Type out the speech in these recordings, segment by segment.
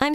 I'm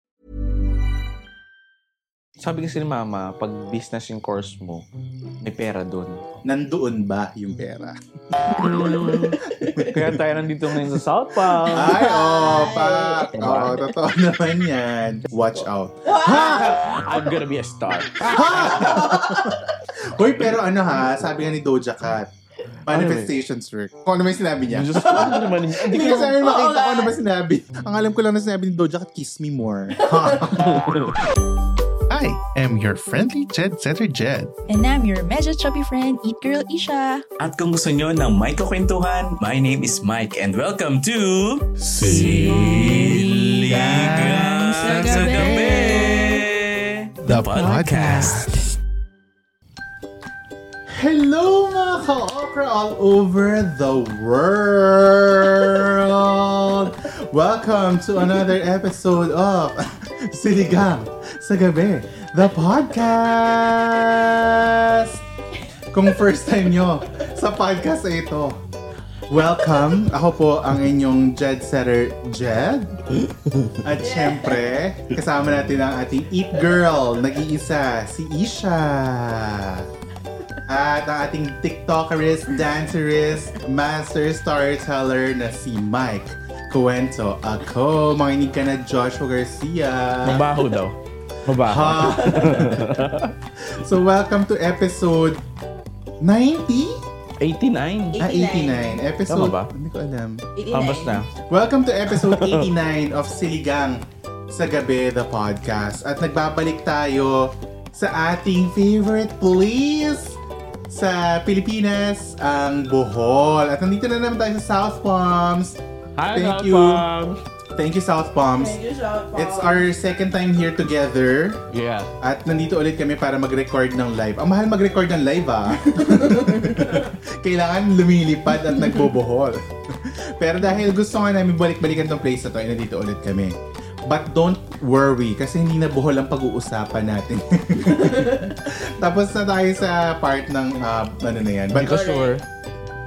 Sabi kasi ni mama, pag business yung course mo, may pera doon. Nandoon ba yung pera? Kaya tayo nandito ngayon sa South Park. Ay, oh, pak! Oh, totoo naman yan. Watch out. I'm Ah, gonna be a star. Hoy, pero ano ha, sabi nga ni Doja Cat, manifestations work. Kung ano may sinabi niya. Diyos ko, ano naman yun? Hindi Hindi ko kasi namin naman- makita kung ano ba sinabi. Ang alam ko lang na sinabi ni Doja Cat, kiss me more. I am your friendly Jed Setter Jed. And I'm your medyo chubby friend, Eat Girl Isha. At kung gusto nyo ng may kakwentuhan, my name is Mike and welcome to... Siligang sa Gabi! The podcast. Hello mga ka-okra all over the world! Welcome to another episode of Siligang sa Gabi, the podcast! Kung first time nyo sa podcast na ito, welcome! Ako po ang inyong Jed Setter Jed. At syempre, kasama natin ang ating Eat Girl, nag-iisa, si Isha. At ang ating TikTokerist, dancerist, master storyteller na si Mike Cuento. Ako, makinig ka na Joshua Garcia. Mabaho daw. Mabaho. Ha? so welcome to episode 90? 89. Ah, 89. Episode, Tama ba? hindi ko alam. Pambas na. Welcome to episode 89 of Siligang sa Gabi, the podcast. At nagbabalik tayo sa ating favorite police sa Pilipinas, ang Bohol. At nandito na naman tayo sa South Palms. Thank you. Thank you, South Palms. It's our second time here together. Yeah. At nandito ulit kami para mag-record ng live. Ang mahal mag-record ng live ah. Kailangan lumilipad at nagbobohol. Pero dahil gusto nga namin balik-balikan tong place na to, ay nandito ulit kami. But don't worry, kasi hindi na buhol ang pag-uusapan natin. Tapos na tayo sa part ng ah, ano na yan. But, Hindi ko sure.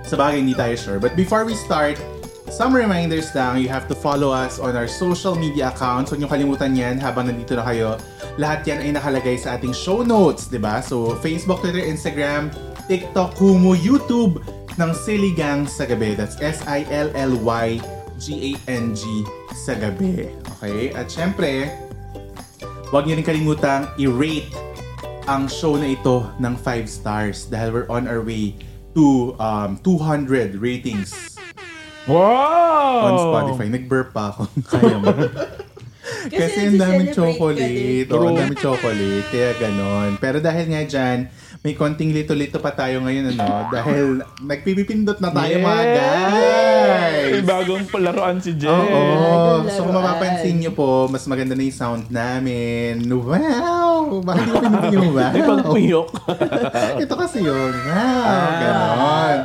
sa bagay, hindi tayo sure. But before we start, some reminders lang, you have to follow us on our social media accounts. Huwag niyo kalimutan yan habang nandito na kayo. Lahat yan ay nakalagay sa ating show notes, di ba? So, Facebook, Twitter, Instagram, TikTok, Kumu, YouTube ng Siligang sa Gabi. That's S-I-L-L-Y G-A-N-G sa Gabi. Okay? At syempre, huwag niyo rin kalimutang i-rate ang show na ito ng 5 stars dahil we're on our way to um, 200 ratings Wow! on Spotify. Nag-burp pa ako. Oh. Kaya mo. Kasi ang daming chocolate. Oo, ang daming chocolate. Kaya ganon. Pero dahil nga dyan, may konting lito-lito pa tayo ngayon, ano? Dahil nagpipipindot na tayo, mga May guys! bagong palaruan si Jen. Oo. Oh, So kung mapapansin nyo po, mas maganda na yung sound namin. Wow! Bakit yung pinipin yung wow? May bagong piyok. Ito kasi yun. Wow, Ah. ganon.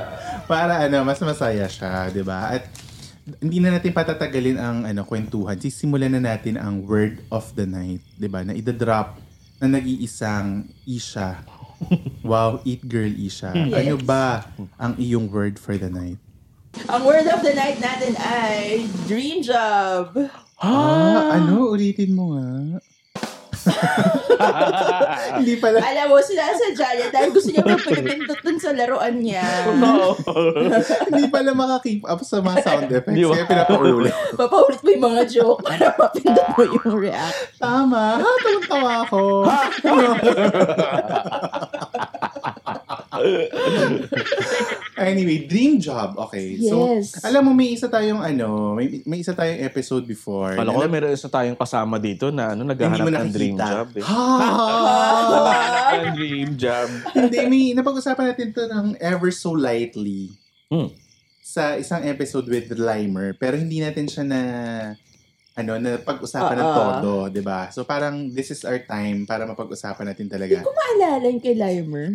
Para ano, mas masaya siya, di ba? At hindi na natin patatagalin ang ano kwentuhan. Sisimulan na natin ang word of the night, di ba? Na idadrop na nag-iisang Isha. Wow, eat girl Isha. Ano ba ang iyong word for the night? Ang word of the night natin ay dream job. Ah, ano? Ulitin mo nga. hindi pala. Alam mo, sinasadya niya dahil gusto niya magpinipindot dun sa laruan niya. Oo. Hindi pala maka-keep up sa mga sound effects. Di ba? Kaya pinapaulit. Papaulit mo yung mga joke para mapindot mo yung react. Tama. Ha, tawa ako. anyway, dream job. Okay. Yes. So, alam mo, may isa tayong ano, may, may isa tayong episode before. Kala ko Alam- meron isa tayong kasama dito na ano, hindi naghahanap mo ng nakikita. dream job. Eh. Ha! Naghahanap ng dream job. hindi, may napag-usapan natin to ng ever so lightly Hmm. sa isang episode with Limer. Pero hindi natin siya na ano, na pag-usapan Ah, ng todo, di ba? So parang this is our time para mapag-usapan natin talaga. Maalala yung kay Limer.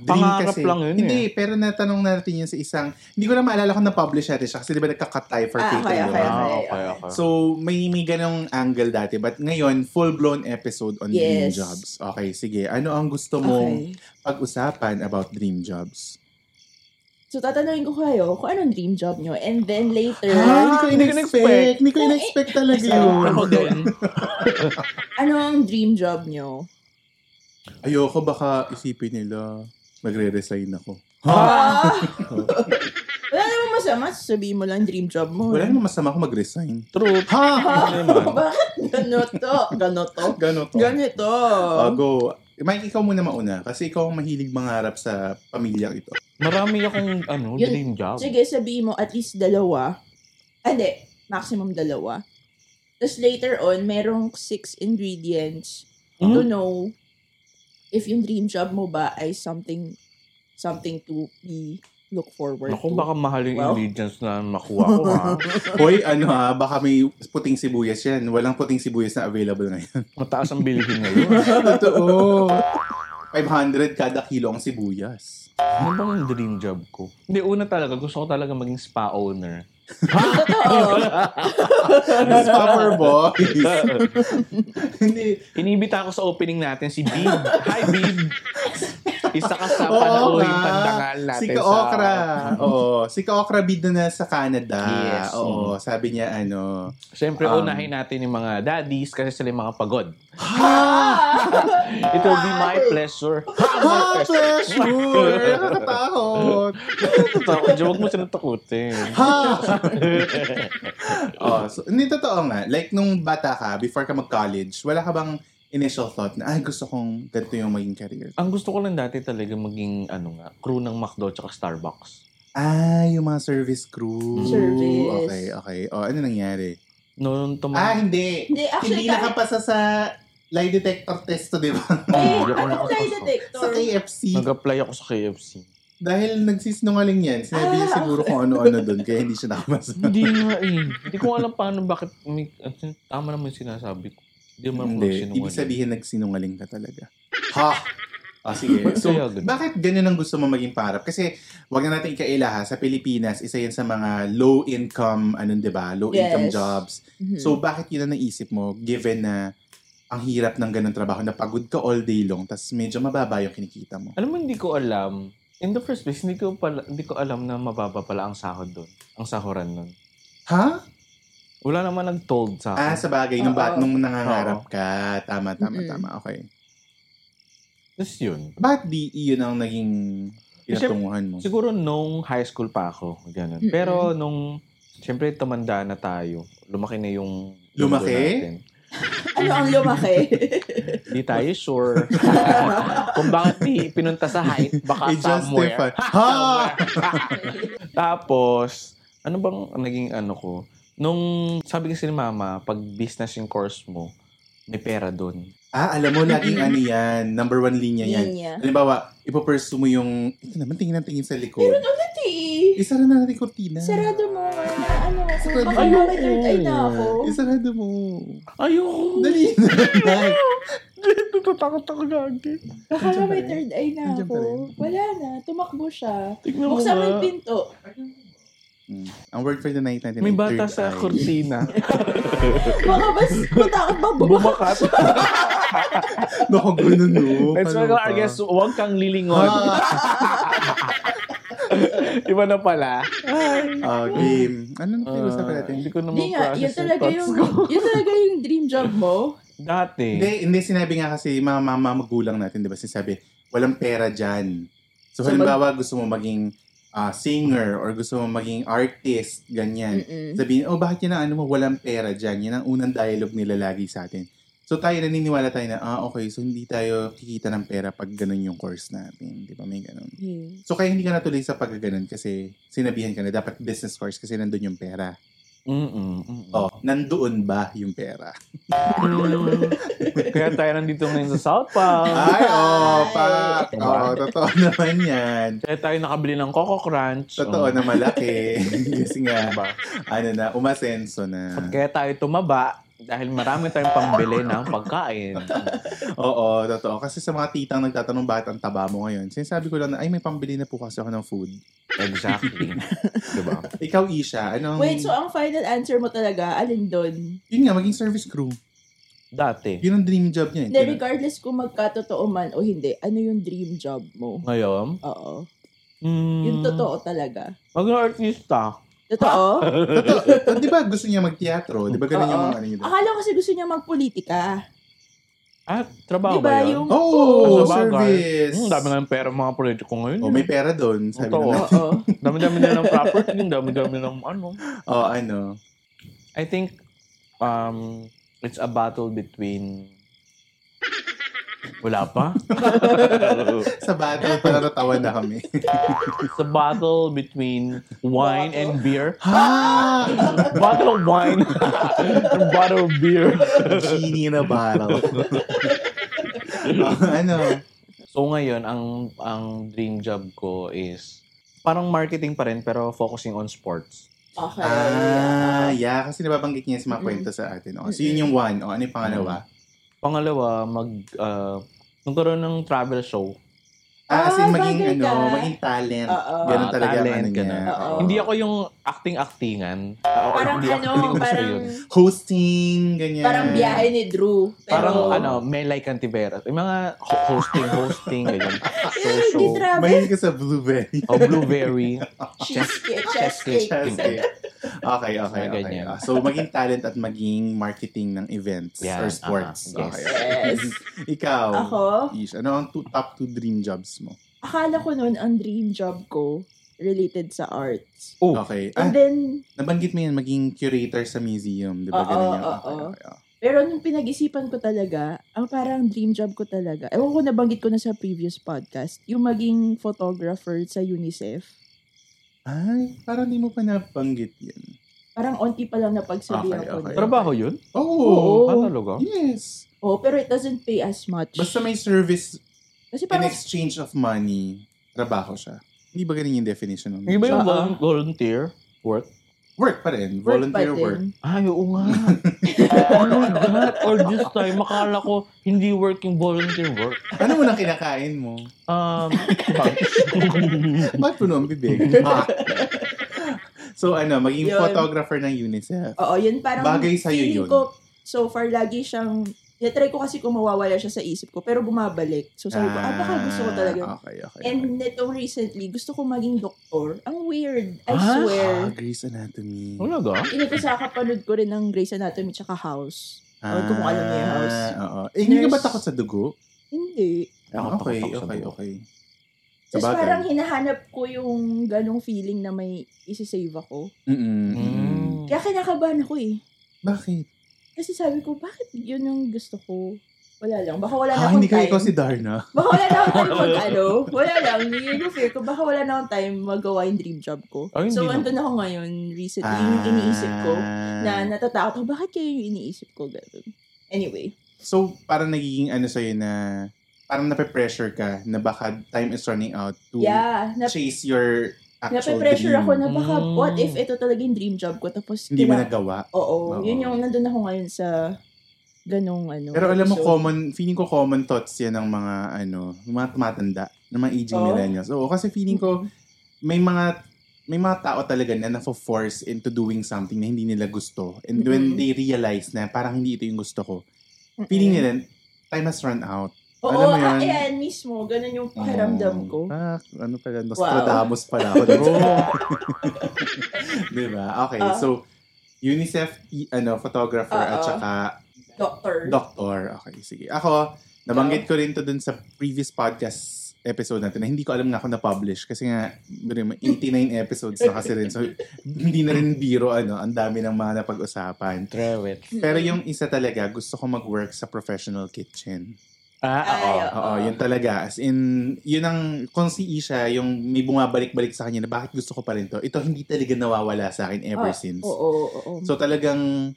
Dream- pangarap lang yun Hindi, eh. pero natanong natin yun sa isang, hindi ko na maalala kung na-publish natin siya kasi di ba nagkakatay for Ah, K-12, okay, di okay, ba? okay. Ah, okay, okay. So, may, may ganong angle dati. But ngayon, full-blown episode on dream Yes. jobs. Okay, sige. Ano ang gusto mong Okay. pag-usapan about dream jobs? So, tatanungin ko kayo kung anong dream job nyo. And then later, Ah, hindi in-expect. ko in-expect. Hindi ko in-expect talaga Ako yun. din. ano ang dream job nyo? Ayoko baka isipin nila, magre-resign ako. Ah! Wala namang masama, sabihin mo lang dream job mo. Ah, Wala namang masama kung mag-resign. True. Ha? Ano Bakit ganito? Ganito? Ganito. Ganito. Uh, go. Mike, ikaw muna mauna. Kasi ikaw ang mahilig mangarap sa pamilyang ito. Marami akong ano, Yun. dream job. Sige, sabihin mo at least dalawa. Ah, Hindi, maximum dalawa. Tapos later on, merong six ingredients to Mhm. know if yung dream job mo ba ay something something to be look forward Naku, to. baka mahal yung Well. ingredients na makuha ko ha. Hoy, ano ha, baka may puting sibuyas yan. Walang puting sibuyas na available ngayon. Mataas ang bilihin ngayon. Totoo. 500 kada kilo ang sibuyas. Ano bang yung dream job ko? Hindi, una talaga, gusto ko talaga maging spa owner. That's proper boys. Ano Hindi. Inibita ako sa opening natin si Bib. Hi, Bib! Isa ka sa Oo panaluhin nga. Ano pandangal natin Si sa- Kaokra. Oo. Si Kaokra bid na sa Canada. Yes. Mm. Oo. Sabi niya ano. Siyempre, Um, unahin natin yung mga daddies kasi sila yung mga pagod. It will be my pleasure. Ha! My Ha, Flash! Sure! Nakakatakot! Takot siya, Huwag mo sila takutin. Ha! oh, so, hindi totoo nga. Like, nung bata ka, before ka mag-college, wala ka bang initial thought na, ay, gusto kong ganito yung maging career? Ang gusto ko lang dati talaga maging ano nga, crew ng McDo tsaka Starbucks. Ah, yung mga service crew. Service. Okay, okay. Oh, ano nangyari? Noon Ah, tumakas. hindi. Hindi, actually, hindi nakapasa sa lie detector test to, di ba? Eh, Hindi ako ano anong lie nakapasok. detector? sa KFC. Nag-apply ako sa KFC. Dahil nagsisinungaling yan, sinabi niya Ah, siguro kung ano-ano doon, kaya hindi siya nakapasa. Hindi nga eh. Hindi ko alam paano bakit may, at tama naman yung sinasabi ko. Hindi naman ako Hindi. sinungaling. Ibig sabihin, nagsinungaling ka talaga. Ha! Ah, sige. So, Kaya ganun. bakit ganyan ang gusto mo maging pangarap? Kasi, wag na natin ikaila ha, sa Pilipinas, isa yan sa mga low-income, anong di ba, low-income Yes. jobs. Mhm. So, bakit yun ang naisip mo, given na ang hirap ng ganun trabaho, na pagod ka all day long, tas medyo mababa yung kinikita mo? Alam mo, hindi ko alam. In the first place, hindi ko, pala, hindi ko alam na mababa pala ang sahod doon. Ang sahuran doon. Ha? Wala naman nag-told sa Ah, akin. sa bagay, nung, ba- Oo. nung nangangarap Oo. ka. Tama, tama, Mm-mm. tama. Okay. Tapos yun. Bakit di yun ang naging Eh, pinatunguhan mo? Siguro nung high school pa ako. Ganun. Mm-mm. Pero nung, siyempre tumanda na tayo. Lumaki na yung mundo Lumaki? natin. ano ang lumaki? Hindi tayo sure. Kung bakit di pinunta sa height, baka Eh, somewhere. I-justify. Ha! Tapos, ano bang naging ano ko? Nung sabi kasi ni mama, pag business yung course mo, may pera doon. Ah, alam mo, laging ano yan, number one linya yan. Linya. Halimbawa, ipopursue mo yung, ito naman, tingin ng tingin sa likod. Pati, Isara na natin yung cortina. Ano, sarado mo na ano ako. Sarado Baka mo. may third eye na ako. Isarado mo. Ayoko! Dali na. Mike. Natatakot ako lagi. Baka may third eye na Nandiyan pa ako. rin. Wala na, tumakbo siya. Tignan mo Buksan mo yung nga. pinto. Hmm. Ang word for the night natin. May ay bata third sa eye. kurtina. Baka mas matakot ba? Bumakas. Naku, ganun no. It's my Ano ka? I guess, huwag kang lilingon. Ah, Iba na pala. ah, game. Ano na pinag-usapan Ah, natin? Hindi ko naman Hindi nga, yun process yung talaga thoughts yung, ko. yun talaga yung dream job mo. Dati. Hindi, hindi sinabi nga kasi mga mama magulang natin, di ba? Sinasabi, walang pera dyan. So, So, halimbawa, gusto mo maging ah, singer or gusto mo maging artist, ganyan. Mm-mm. Sabihin, oh, bakit yun ang ano mo, walang pera dyan? Yan ang unang dialogue nila lagi sa atin. So, tayo naniniwala tayo na, ah, okay, so hindi tayo kikita ng pera pag ganun yung course natin. Di ba? May ganun. So, kaya hindi ka natuloy sa pagkaganon kasi sinabihan ka na dapat business course kasi nandun yung pera. Mm-mm, mm-mm. Oh, nandoon ba yung pera? Kaya tayo nandito ngayon sa South Park. Ay, oh, pak. Oo, totoo naman yan. Kaya tayo nakabili ng Coco Crunch. Totoo Oh. na malaki. Kasi nga, ano na, umasenso na. Kaya tayo tumaba dahil marami tayong pambili ng pagkain. Oo, totoo. Kasi sa mga titang nagtatanong bakit ang taba mo ngayon, sinasabi ko lang na, ay, may pambili na po kasi ako ng food. Exactly. diba? Ikaw, Isha, anong... Wait, so ang final answer mo talaga, alin doon? Yun nga, maging service crew. Dati. Yun ang dream job niya. eh. Hindi, regardless kung magkatotoo man o hindi, ano yung dream job mo? Ngayon, Oo. mm, Yung totoo talaga. Maging artista. Totoo? Totoo. Eh, Di ba gusto niya mag-teatro? Di ba ganun yung Oo. mga ano niya? Akala ko kasi gusto niya magpolitika. At trabaho Di ba ba yun? Diba yung... Oo, Sa bagay. Oh, service. Hmm, dami ng pera mga politiko ngayon. Oh, may pera doon. Sabi Totoo. naman. Ah, Oo. Dami-dami na ng property, yung dami-dami ng ano. Oh, ano? I think um it's a battle between wala pa. Sa battle, panatatawa na kami. it's a battle between wine and beer. ha! Ah! Bottle of wine and bottle of beer. Genie in a bottle. Oh, ano? So ngayon ang ang dream job ko is parang marketing pa rin pero focusing on sports. Okay. Ah, yeah. Kasi nababanggit niya sa mga kwento sa atin. Oh, so, yun yung one. Oh, ano yung pangalawa? Pangalawa, mag uh, nagkaroon ng travel show. Ah, as in, Ah, maging, bagay ano, ka. maging talent. Oo. Ganun Ah, talaga ang ano talent, niya. ganun. Oo. Hindi ako yung acting-actingan. Ako- Ah. Parang hindi ako- ano, hindi ko gusto parang... yun. Hosting, ganyan. Parang biyahe ni Drew. Pero, Parang ano, may like Antiveras. Yung mga ho- hosting, hosting, ganyan. Yung hindi travel. Mahilig ka sa blueberry. O Oh, Blueberry. Cheesecake. Cheesecake. Cheesecake. Chelsea. eh. Okay, okay, Mga okay. ganyan. Ah, So, maging talent at maging marketing ng events Yan, or sports. aha, yes. Okay. Yes. Ikaw, Ako? Ish, ano ang two, top two dream jobs mo? Akala ko noon ang dream job ko related sa arts. Oh, Okay. And Ah, then, nabanggit mo yan, maging curator sa museum. Di ba? Oo, Ganun yan. oo. Okay, okay, okay. pero nung pinag-isipan ko talaga, ang parang dream job ko talaga, ewan ko nabanggit ko na sa previous podcast, yung maging photographer sa UNICEF. Ay, parang di mo pa nabanggit yan. Parang onti pa lang napagsabihan Okay, ko. okay. nun. trabaho yun? Oo. Oo. Ah, talaga? Yes. Oo, pero it doesn't pay as much. Basta may service in Kasi parang, exchange of money, trabaho siya. Hindi ba ganun yung definition ng Hindi ba yung Oo. volun- volunteer work? work pa rin? work pa volunteer din. work. Ay, oo nga. oh my God. All this time, makala ko hindi work yung volunteer work. Ano mo nang kinakain mo? Um, Ba't puno ang bibig? Ah. so ano, maging Yun. photographer ng UNICEF. Oo, yun parang Bagay sa'yo yun. feeling ko, so far, lagi siyang, natry ko kasi kung mawawala siya sa isip ko, pero bumabalik. So sabi ko, ah, baka gusto ko talaga. Ah, Okay, okay. And nito recently, gusto ko maging doktor. Ang weird, Ah? I okay. swear. Ah, Grey's Anatomy. talaga? Ito sa kapanood ko rin ng Grey's Anatomy tsaka House. Or kung alam niya yung House. Ah, Oo. Eh, hindi ka ba Nurse. takot sa dugo? Hindi. Ako, okay, takot sa okay, dugo. okay. Sa Tapos bagay. parang hinahanap ko yung ganong feeling na may isisave ako. Mm-mm. mm-mm. Mm. Kaya kinakabahan ako eh. Bakit? Kasi sabi ko, bakit yun yung gusto ko? Wala lang. Baka wala na Ah, akong hindi ka time. ikaw si Darna. Baka wala na akong time mag ano. Wala lang. Yun yung fear ko. Baka wala na akong time magawa yung dream job ko. Ah, Ay, hindi so, na- andun ako ngayon recently. Yung Ah. iniisip ko na Ah. natatakot ako. Bakit kaya yung iniisip ko? Ganun. Anyway. So, parang nagiging ano sa'yo na, parang nape-pressure ka na baka time is running out to Yeah. Na, chase your actual nape-pressure dream. ako na Diba? baka Mm. what if ito talaga yung dream job ko tapos Hindi mo kina- nagawa. Oo, Oo. yun yung nandun ako ngayon sa ganong ano. Pero alam mo, episode. common, feeling ko common thoughts yan ng mga, ano, ng mga tumatanda, ng mga aging Oo. Mm-hmm. millennials. Oo, kasi feeling ko, may mga, may mga tao talaga na na-force into doing something na hindi nila gusto. And when Mm-mm. they realize na parang hindi ito yung gusto ko, feeling Mm-mm. nila, time has run out. Oo, alam mo yun? ah, ayan mismo. Ganon yung pakiramdam ko. Ah, ano pala, Nostradamus pala ako. diba? Okay, Ah. so, UNICEF, i- ano, photographer, Ah, at ah. saka Doctor. doctor. Okay, sige. Ako, nabanggit ko rin to dun sa previous podcast episode natin na hindi ko alam nga kung na-publish kasi nga ano yun yung 89 episodes na kasi rin so hindi na rin biro ano ang dami ng mga napag-usapan Trewet. pero yung isa talaga gusto ko mag-work sa professional kitchen Ah, oo. Ay, Oo, yun talaga. As in, yun ang, kung si Isha, yung may bumabalik-balik sa kanya na bakit gusto ko pa rin to, ito hindi talaga nawawala sa akin ever Ah, since. Oo, oo, oo. So talagang,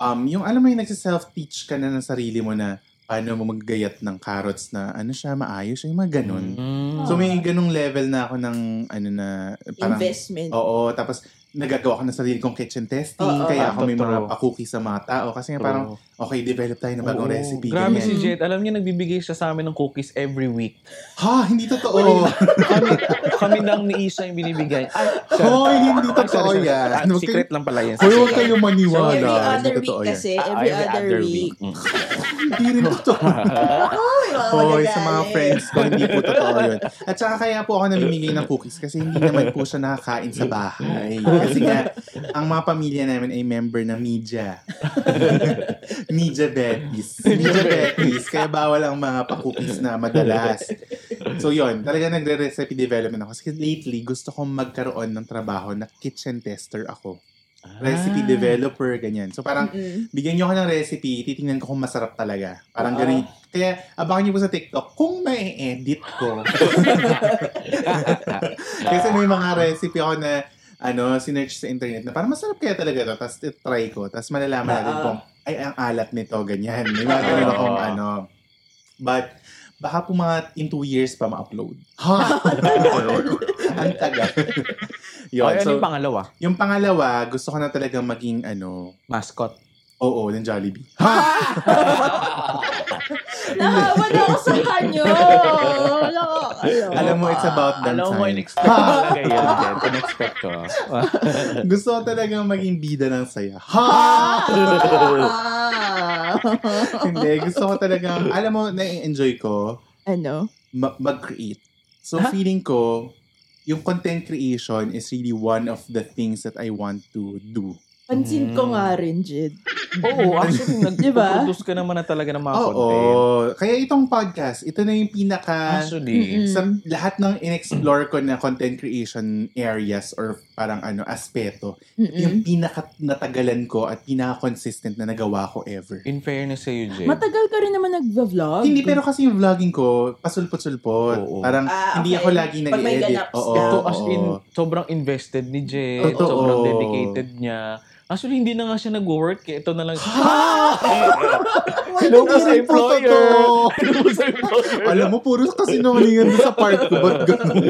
um, yung alam mo yung nagsiself-teach ka na ng sarili mo na paano mo maggayat ng carrots na ano siya, maayos siya, yung mga ganun. Mm. So may ganung level na ako ng ano na parang oh, Investment. Oo, tapos nagagawa ko na sarili kong kitchen testing Oo, kaya ako may totoo. mga pa-cookie sa mga tao kasi nga True. parang okay, develop tayo ng bagong Oo. recipe. Grabe si ganyan. Jet. Alam niya, nagbibigay siya sa amin ng cookies every week. Ha, hindi totoo. Kami, kami lang ni Isa yung binibigay. Ay, Hoy, hindi Ay, totoo sorry, sorry. yan. Ah, Huwag secret kayo- lang pala yan. Hoy, huwag kayong So, maniwala. every Hindi other week totoo yan. kasi, Ah, every, other, week. Mm. Hindi rin totoo. Ay, Hoy, sa mga magagalit. friends ko, hindi po totoo yun. At saka kaya po ako namimigay ng cookies kasi hindi naman po siya nakakain sa bahay. Kasi nga, ang mga pamilya namin ay member na media. media betis. Media betis. Kaya bawal ang mga pa-cookies na madalas. So yun, talaga nagre-recipe development ako. Kasi lately, gusto kong magkaroon ng trabaho na kitchen tester ako. Recipe developer, ganyan. So parang, Mm-mm. bigyan nyo ako ng recipe, titingnan ko kung masarap talaga. Parang ganun. Kaya, abangan nyo po sa TikTok kung ma-edit ko. Kasi may mga recipe ako na ano, sinerch sa internet na parang masarap kaya talaga to. Tapos try ko. Tapos malalaman natin Oo. kung, ay, ang alat nito, ganyan. May mga ganun akong ano. But, baka po mga in two years pa ma-upload. Ha? ang tagal. Yun, Ay, ano so, yung pangalawa? yung pangalawa, gusto ko na talaga maging ano, Mascot. Oo, ng Jollibee. Nahawa na ako sa kanyo. Alam mo, it's about that Alam mo, time. in-expect ko talaga yun, Jet. In-expect ko. Gusto ko talagang maging bida ng saya. Ha! Ah! Hindi, gusto ko talagang, alam mo, na-enjoy ko ano? ma- mag-create. So, feeling ko, yung content creation is really one of the things that I want to do. Pansin ko nga rin, Jid. Oo, actually, nag-produce ka naman na talaga ng mga Oo. Ah, content. Ah, Kaya itong podcast, ito na yung pinaka... Actually, Mm-mm. sa lahat ng in-explore ko na content creation areas or parang ano, aspeto, yung pinaka natagalan ko at pinaka consistent na nagawa ko ever. in fairness sa you, Jet. Matagal ka rin naman nag-vlog. Hindi, pero kasi yung vlogging ko, pasulpot-sulpot. Oh, Oo. Parang Ah, hindi okay. ako lagi Pag may nag-edit. galaps Oo, lang. So, oo. as in, sobrang invested ni Jay. Totoo. Sobrang dedicated niya. Actually, hindi na nga siya nag-work. Kaya ito na lang. Hello Hindi rin po totoo. Hello sa employer. Alam mo, puro kasi nangalingan doon sa part ko. Ba't ganun?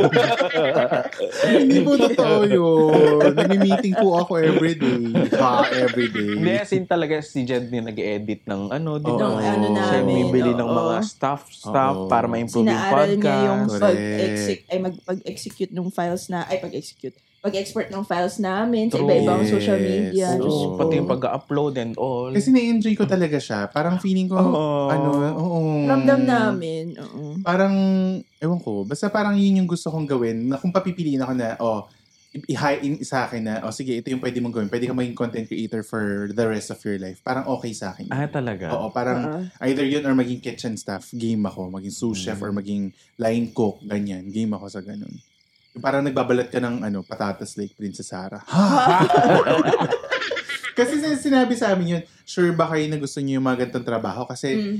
Hindi po totoo yun. Nag-meeting po ako everyday. Ha, everyday. Hindi, as in talaga si Jed din nag-edit ng ano, di Oo. ba? Nung ano Siya yung namin, bibili ng oo. mga staff, staff Oo. para ma-improve yung Sinaaral podcast. niya yung Correct. pag-execute, ay mag-execute ng files na, ay pag-execute, pag-export ng files namin sa True. iba-ibang Yes. social media. Oo. Diyos So, ko. pati yung pag-upload and all. Kasi na-enjoy ko talaga siya. Parang feeling ko, Oo. ano, oo. Ramdam namin. Oo. Parang, ewan ko, basta parang yun yung gusto kong gawin. Na kung papipiliin ako na, oh, i-high sa akin na, oh sige, ito yung pwede mong gawin. Pwede ka maging content creator for the rest of your life. Parang okay sa akin. ah, talaga? Oo, parang Ah. either yun or maging kitchen staff, game ako. Maging sous chef or maging line cook, ganyan. Game ako sa ganun. Yung Parang nagbabalat ka ng ano, patatas like Princess Sarah. kasi sin- sinabi sa amin yun, sure ba kayo na gusto niyo yung mga ganitong trabaho? Kasi Mm.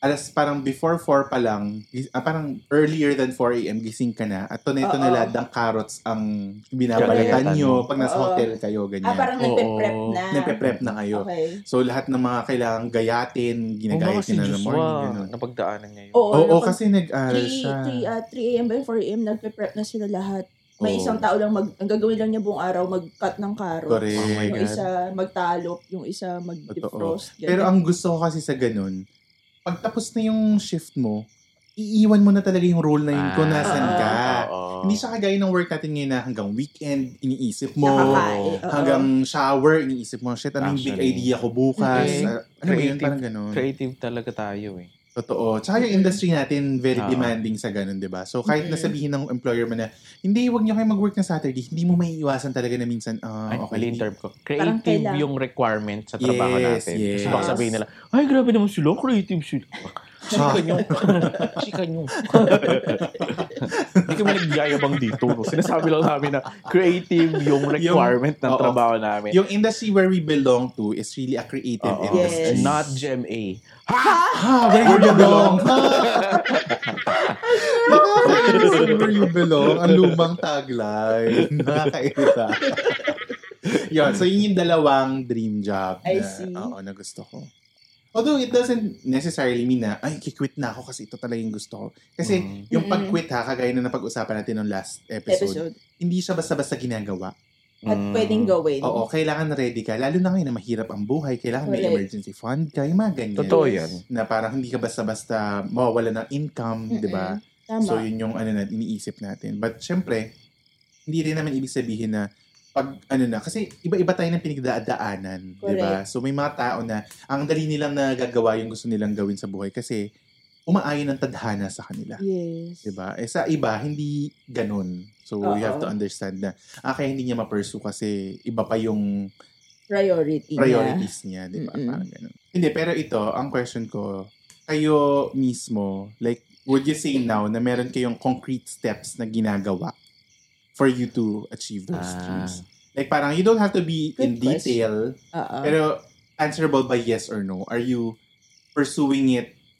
alas parang before 4 pa lang, gis- ah, parang earlier than 4 a.m. gising ka na at tunay na Oo. lahat ng carrots ang binabalatan Gagayatan nyo pag nasa Oo. hotel kayo, Ah, ganyan. parang nagpe-prep Oo. na. Nagpe-prep na kayo. Okay. So lahat ng mga kailangang gayatin, Oo nga, ginagayat Oh, si nila ng morning. Joshua, ganun. napagdaanan niya yun. Oo, Oo, napag- kasi nag-aral 3, siya. 3, ah, 3 a.m. by 4 a.m. nagpe-prep na sila lahat. May Oo. isang tao lang, mag, ang gagawin lang niya buong araw, mag-cut ng carrots. Correct. Oh my yung God. isa magtalop, yung isa mag-defrost. ganun. Pero ang gusto ko kasi sa ganun, pag tapos na yung shift mo, iiwan mo na talaga yung role na yun kung nasan oo. ka. Ah, Oo. Hindi siya kagaya ng work natin ngayon na hanggang weekend, iniisip mo. Nakakain, oo. Hanggang shower, iniisip mo, shit, ano yung big Actually. idea ko bukas? Okay. Ah, ano ba yun? Creative. Parang ganun. Creative talaga tayo eh. Totoo. Tsaka yung industry natin, very Oo. demanding sa ganun, di ba? So, kahit nasabihin ng employer mo na, hindi, wag niyo kayo mag-work ng Saturday, hindi mo maiiwasan talaga na minsan, ah, Ay, okay. mali yung term ko. Creative kailangan- yung requirement sa trabaho Yes, natin. yes. Kasi baka sabihin nila, ay, grabe naman sila, creative sila. Ah. Chika nyo. Chika nyo. Hindi kami nagyayabang dito. No? Sinasabi lang namin na creative yung requirement ng oo. trabaho namin. Yung industry where we belong to is really a creative Oo. industry. Yes. Not GMA. Ha! Where you belong! Ha! Nakakainis yung where you belong. Ang lumang tagline. Nakakairita. Yun, so yun yung dalawang dream job I na, see. oo, na gusto ko. Although it doesn't necessarily mean na, ay, kikwit na ako kasi ito talaga yung gusto ko. Kasi Mm. yung Mm-mm. pag-quit ha, kagaya na napag-usapan natin nung last episode, episode. hindi siya basta-basta ginagawa. At Mm. pwedeng gawin. Oo, kailangan ready ka. Lalo na ngayon na mahirap ang buhay, kailangan may Correct. emergency fund ka, yung mga ganyan Totoo yan. na parang hindi ka basta-basta mawawala ng income, Mm-mm. di ba? Tama. So, yun yung ano na, iniisip natin. But, syempre, hindi rin naman ibig sabihin na pag ano na, kasi iba-iba tayo ng pinagdadaanan, di ba? So, may mga tao na ang dali nilang nagagawa yung gusto nilang gawin sa buhay kasi umaayon ang tadhana sa kanila. yes. Diba? Eh sa iba, hindi ganun. So, you have to Oo. understand na, ah, kaya hindi niya ma-pursue kasi iba pa yung Priority. Priority. priorities niya, di ba? Mm-mm. Parang ganun. Hindi, pero ito, ang question ko, kayo mismo, like, would you say now na meron kayong concrete steps na ginagawa for you to achieve those Ah. dreams? Like, parang you don't have to be in Good question. Ah. detail, Oo. pero answerable by yes or no. Are you pursuing it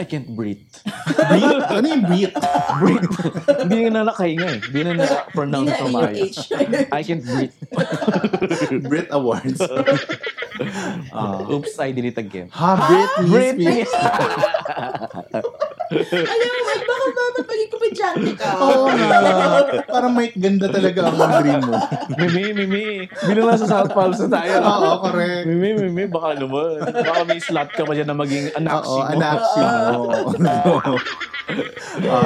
I can't breathe. Breathe? ano yung breathe? breathe. Hindi na nakahinga eh. Hindi na Hindi nakapronounce na ng maayos. EUH. I can't breathe. Brit Awards. Ah, oops, I did it again. ha, Ah, Brit, please, please. Alam mo, ba't baka mapapalit ko pa dyan, ka? Oo nga. Parang may ganda talaga ang mga dream mo. Mimi, Mimi. Bilang nasa South Palms na tayo. Oo, correct. Mimi, Mimi, baka naman. Baka may slot ka pa dyan na maging anak Oo, anaksi mo.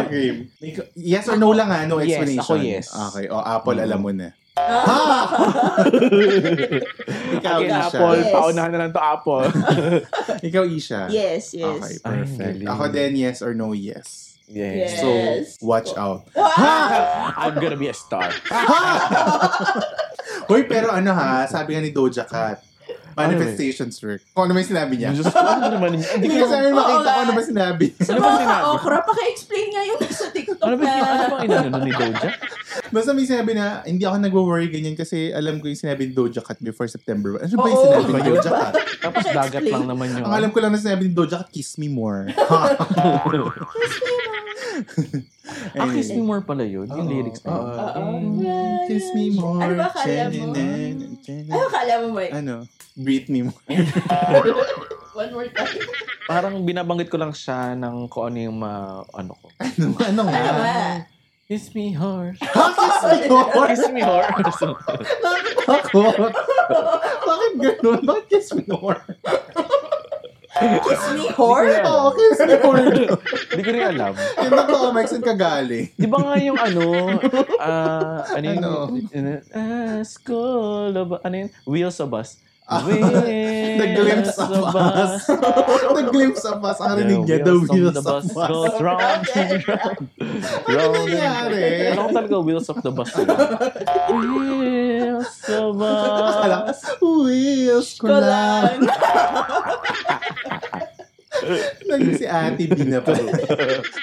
okay. Ah, Yes or no lang ha? No Yes, explanation. ako yes. Okay. O, Apple, alam mo na. Ikaw, Okay, Isha. Apple. Yes. Paunahan na lang to Apple. Ikaw, Isha. Yes, yes. Okay, perfect. Ay, galing. Ako din, yes or no, yes. yes. So, Yes. watch out. I'm gonna be a star. Hoy, pero ano ha, sabi nga ni Doja Cat, manifestations work. Kung ano may sinabi niya. Diyos ko, ano naman yun? Hindi Hindi ko kasi namin Oo makita nga. kung ano ba Ano sinabi. ba Sa mga sinabi? ka-okra, paka-explain nga yung nasa TikTok Ano ba na. yung ano ba inano ni Doja? Basta may sinabi na, hindi ako nagwo-worry ganyan kasi alam ko yung sinabi ni Doja Cat before September. Ano ba yung Oo. Ano sinabi ni ba yun? Doja Cat? Tapos dagat Explain. lang naman yun. Ang alam ko lang na sinabi ni Doja Cat, kiss me more. Ah, Kiss Me More pala yun. Yung lyrics na yun. Mm, Kiss me more. Ano ba akala mo? Ano akala mo, Mike? Ano? Breathe me more. Ano One more time. Parang binabanggit ko lang siya ng kung ano yung ma, ano ko. ano? Ano nga? Ano ba? Ano Kiss me hard. Kiss me more. Kiss me hard. Ako. Bakit ganun? Bakit kiss me more? Kiss me, whore? Oo, kiss me more. Hindi ko rin alam. Yung totoo, Mike, saan ka galing? Di ba nga yung ano, ah, ano yun? Ano? Ah, school of, ano yun? Wheels of Us. Wheels The glimpse Ah, of us. the glimpse of us. Ang rinig niya, the wheels of us. goes round and round. round and round. nangyari? Alam ko talaga wheels of the bus. yun. wheels of us. Akala ko, wheels ko lang. Naging si Ate B na pala.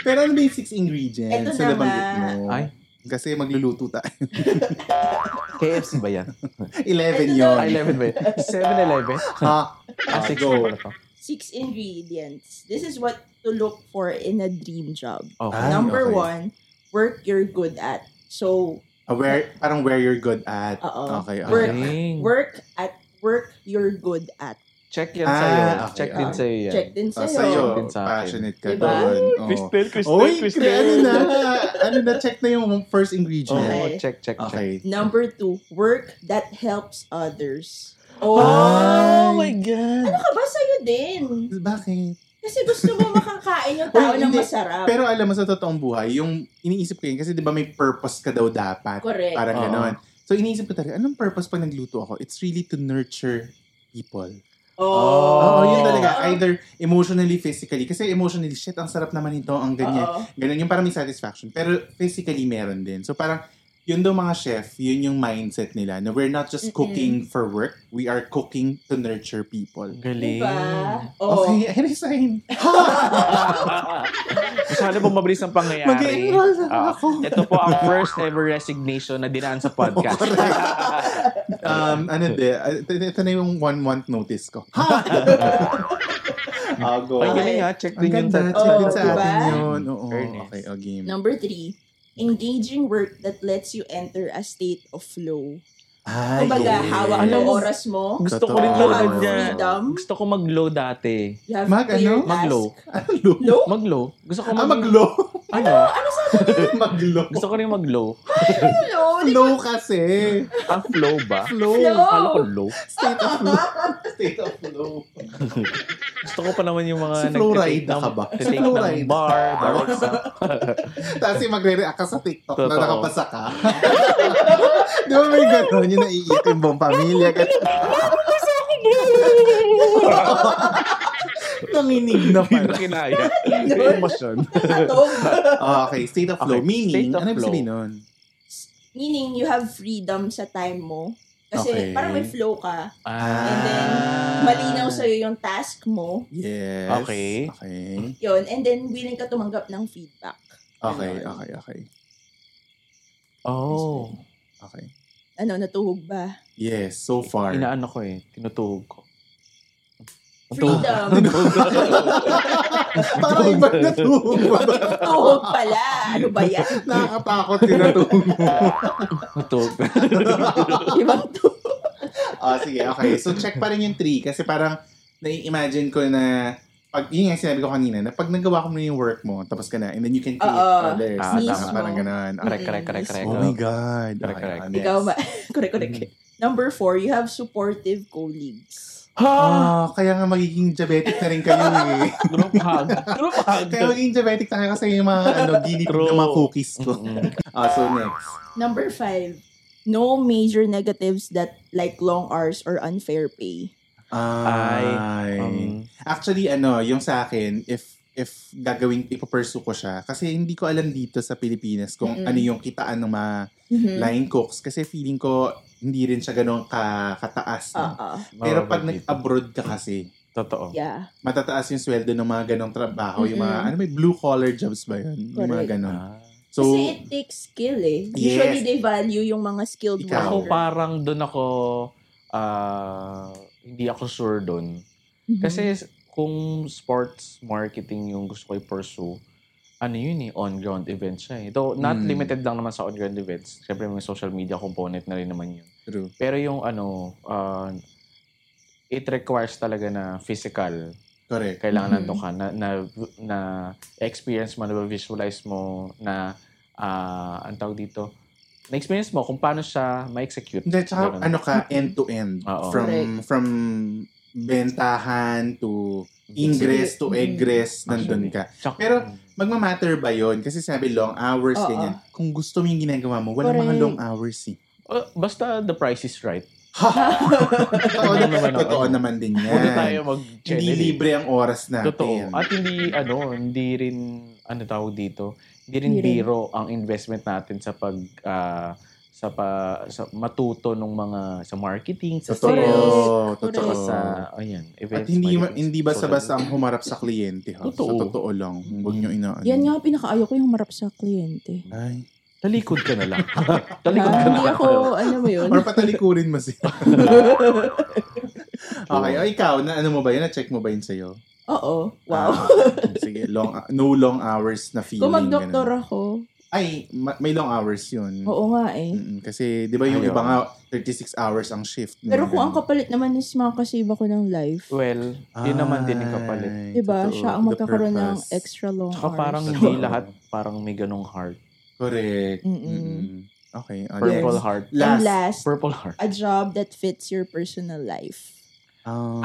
Pero ano ba yung six ingredients na Eto na nabanggit nga. mo? Ay. Kasi magluluto tayo. KFC ba yan? 11 Ah, yun. 11 ba yan? 7-Eleven? Ha? Ah, 6 go. pala to. Six ingredients. This is what to look for in a dream job. Ah, Okay, Number okay. one, work you're good at. So, Ah, where, parang where you're good at. Oo. Okay, okay. Work. Galing. work at work you're good at. Check yan Ah, sa'yo. okay, Check din okay. sa'yo yan. Check din Ah, sa'yo. Check sa'yo, din sa akin. passionate ka Diba? doon. Oo. Crystal, crystal, Oh. Oy, crystal. Cre, ano na? Ano na? Check na yung first Oo, ingredient. Okay. check, check, Oh, check. Okay. Number two, work that helps others. Ah. Oh my God! Ano ka ba sa'yo din? Bakit? Kasi gusto mo makakain yung tao Well, na hindi. masarap. Pero alam mo sa totoong buhay, yung iniisip ko yun, kasi di ba may purpose ka daw dapat. Correct. Parang Oo. ganon. So iniisip ko talaga, anong purpose pag nagluto ako? It's really to nurture people. Oo. Oo, Oh. yun talaga. Either emotionally, physically. Kasi emotionally, shit, ang sarap naman ito, ang ganyan. Oo. Ganun yung parang may satisfaction. Pero physically, meron din. So parang, yun daw mga chef, yun yung mindset nila. Na we're not just Mm-mm. cooking for work, we are cooking to nurture people. Galing. Diba? Oo. Okay, I resign. Sana po mabilis ang pangyayari. Mag-enroll na Ah, ako. Ito po ang first ever resignation na dinaan sa podcast. um, ano de, uh, ito, ito na yung one month notice ko. Ha! I'll go. Ay, Okay. galing ha. Check Ang din yun. ganda, sa- check din Oo, sa diba? atin yun. Oo, Fairness. okay, o game. Number three, engaging work that lets you enter a state of flow. Ay, Kumbaga, yes. hawak Alam ng mo- oras mo. Gusto ko Totoo. rin You talaga have niya. freedom. Gusto ko mag-low dati. You have Mag- clear ano? task. Mag-low. Ano? Low? Mag-low? Gusto ko Ah, mag- mag-low. Ano? Ano sabi ko? mag-low. Gusto ko rin mag-low. Low? Di Low kasi. Ang flow ba? Flow. Flow. Akala ko low. State of flow. State of flow. Gusto ko pa naman yung mga Si Flow nagtitake Rida ng- ka ba? Si nagtitake Flow ng Rida. Ah. bar, baroksa. Tapos yung magre-react ka sa TikTok na Totoo. nakabasa ka. Di ba may gano'n? Yung naiiyak yung buong pamilya. eh. Nanginig na Hindi na pala. kinaya. Yun. Emotion. Katog. Oh, Okay, state of flow. Okay, Meaning, state of ano yung flow. sabihin nun? Meaning, you have freedom sa time mo. Kasi Okay. parang may flow ka. Ah. And then, malinaw sa'yo yung task mo. Yes. Okay. Okay. Yun. And then, willing ka tumanggap ng feedback. Okay, Ganon. okay, okay. Oh. Okay. Ano, natuhog ba? Yes, so far. Inaano ko eh. Tinutuhog ko. Tinutuhog. Freedom. Parang iba na tubo. Tuhog pala. Ano ba yan? Nakakatakot yun na tubo. Tinutuhog. Ibang tuhog. Ah, sige, okay. So, check pa rin yung three kasi parang nai-imagine ko na pag, yun nga sinabi ko kanina, na pag nagawa ko na yung work mo, tapos ka na, and then you can create Oo. others. Ah, Diba? tama. Parang ganun. Okay. Correct, correct, correct, correct. Oh my God. Correct, Okay, correct. okay. Ikaw ba? correct, correct. Mm. Number four, you have supportive colleagues. Ha! Ah, kaya nga magiging diabetic na rin kayo eh. Group hug. Group hug. kaya magiging diabetic na kayo kasi yung mga ano, ginip ng mga cookies ko. Ah, so next. Number five, no major negatives that like long hours or unfair pay. Ay. Ay. Um, Actually, ano, yung sa akin, if if gagawin, ipapursue ko siya. Kasi hindi ko alam dito sa Pilipinas kung Mm-mm. ano yung kitaan ng mga Mhm. line cooks. Kasi feeling ko, hindi rin siya ganun ka, kataas. no? Oo. Pero pag Mababait. nag-abroad ka kasi, Totoo. Uh-uh. Yeah. matataas yung sweldo ng mga ganong trabaho. Yung mga, Mm-mm. ano may blue-collar jobs ba yun? Yung mga Correct. ganon. Ah. So, Kasi it takes skill eh. Usually Yes. they value yung mga Ikaw. skilled workers. Ako parang doon ako, ah, hindi ako sure doon. Mhm. Kasi kung sports marketing yung gusto ko i-pursue, ano yun eh, on-ground events siya eh. Though, not Mm. limited lang naman sa on-ground events. Siyempre, may social media component na rin naman yun. true. Pero yung ano, ah, it requires talaga na physical. Correct. Kailangan Mhm. nandun ka na, na, na experience mo, na visualize mo, na ah, ang tawag dito, na-experience mo kung paano siya ma-execute. Hindi, tsaka Ganun. ano ka, end-to-end. Oo. From, Correct. from bentahan to ingress to Mm. egress, nandun ka. Tsaka- Pero- Magmamatter ba yon Kasi sabi long hours, Oo. ganyan. Kung gusto mo yung ginagawa mo, walang mga Correct. long hours eh. Oh, basta the price is right. totoo, Ano naman, naman ako? totoo naman din Huwag na yan. tayo Hindi mag-channel. eh. libre ang oras natin. Totoo. At hindi, ano, hindi rin, ano tawag dito, hindi rin Hindi rin. biro ang investment natin sa pag, ah, sa pa, sa matuto ng mga, sa marketing, sa Totoo. sales, Totoo. saka sa, ayan, events. At hindi, ma- marketing, hindi basta social basta ang media. humarap sa kliyente. Ha? Totoo. Sa totoo lang. Huwag nyo inaano. Yan nga pinakaayaw ko yung humarap sa kliyente. Ay. Talikod ka na lang. Talikod Ah, ka na hindi lang. ako, ano mo yun? Or patalikurin mo siya. Okay, o ikaw, na, ano mo ba yun? Na-check mo ba yun sa'yo? Oo. Ah, Wow. Sige, long, no long hours na feeling. Kung mag-doktor ganun. ako, Ay, ma- may long hours yun. oo nga eh. Mm, Kasi, di ba yung Ayun. iba nga, 36 hours ang shift. Pero kung ang Ganun. kapalit naman is makakasave ako ng life. Well, yun naman din yung kapalit. Ay, Diba? totoo. Siya ang The magkakaroon ng purpose. extra long Tsaka hours. parang hindi lahat parang may ganong heart. Correct. Mm-mm. Mm-mm. Okay. ah, Purple yes. heart. And Last. last, Purple heart. a job that fits your personal life. Ah.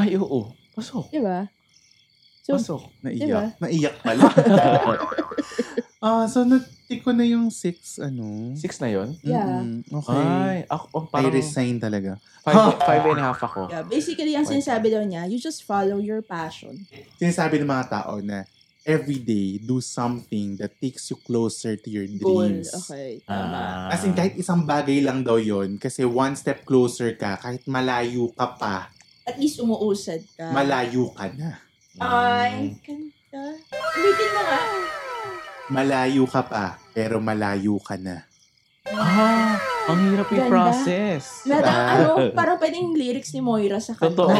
Ay, oo. Pasok. Diba? So, diba? Pasok. Naiyak. Naiyak pala. Ah, so natik ko na yung six, ano? Six na yon Yeah. Mm-mm. Okay. Ay, ako, oh, I parang five, resign talaga. five and a half ako. yeah, basically, ang sinasabi daw niya, you just follow your passion. Sinasabi ng mga tao na every day, do something that takes you closer to your Goal. dreams. Okay, Ah. tama. As in, kahit isang bagay lang daw yon kasi one step closer ka, kahit malayo ka pa, At least umuusad ka. malayo ka na. Ay, kanta. Ulitin mo nga. Malayo ka pa, pero malayo ka na. Ah, ang hirap Ganda. i-process. Lahat ang Ah. ano, parang pwedeng lyrics ni Moira sa kanta. Totoo.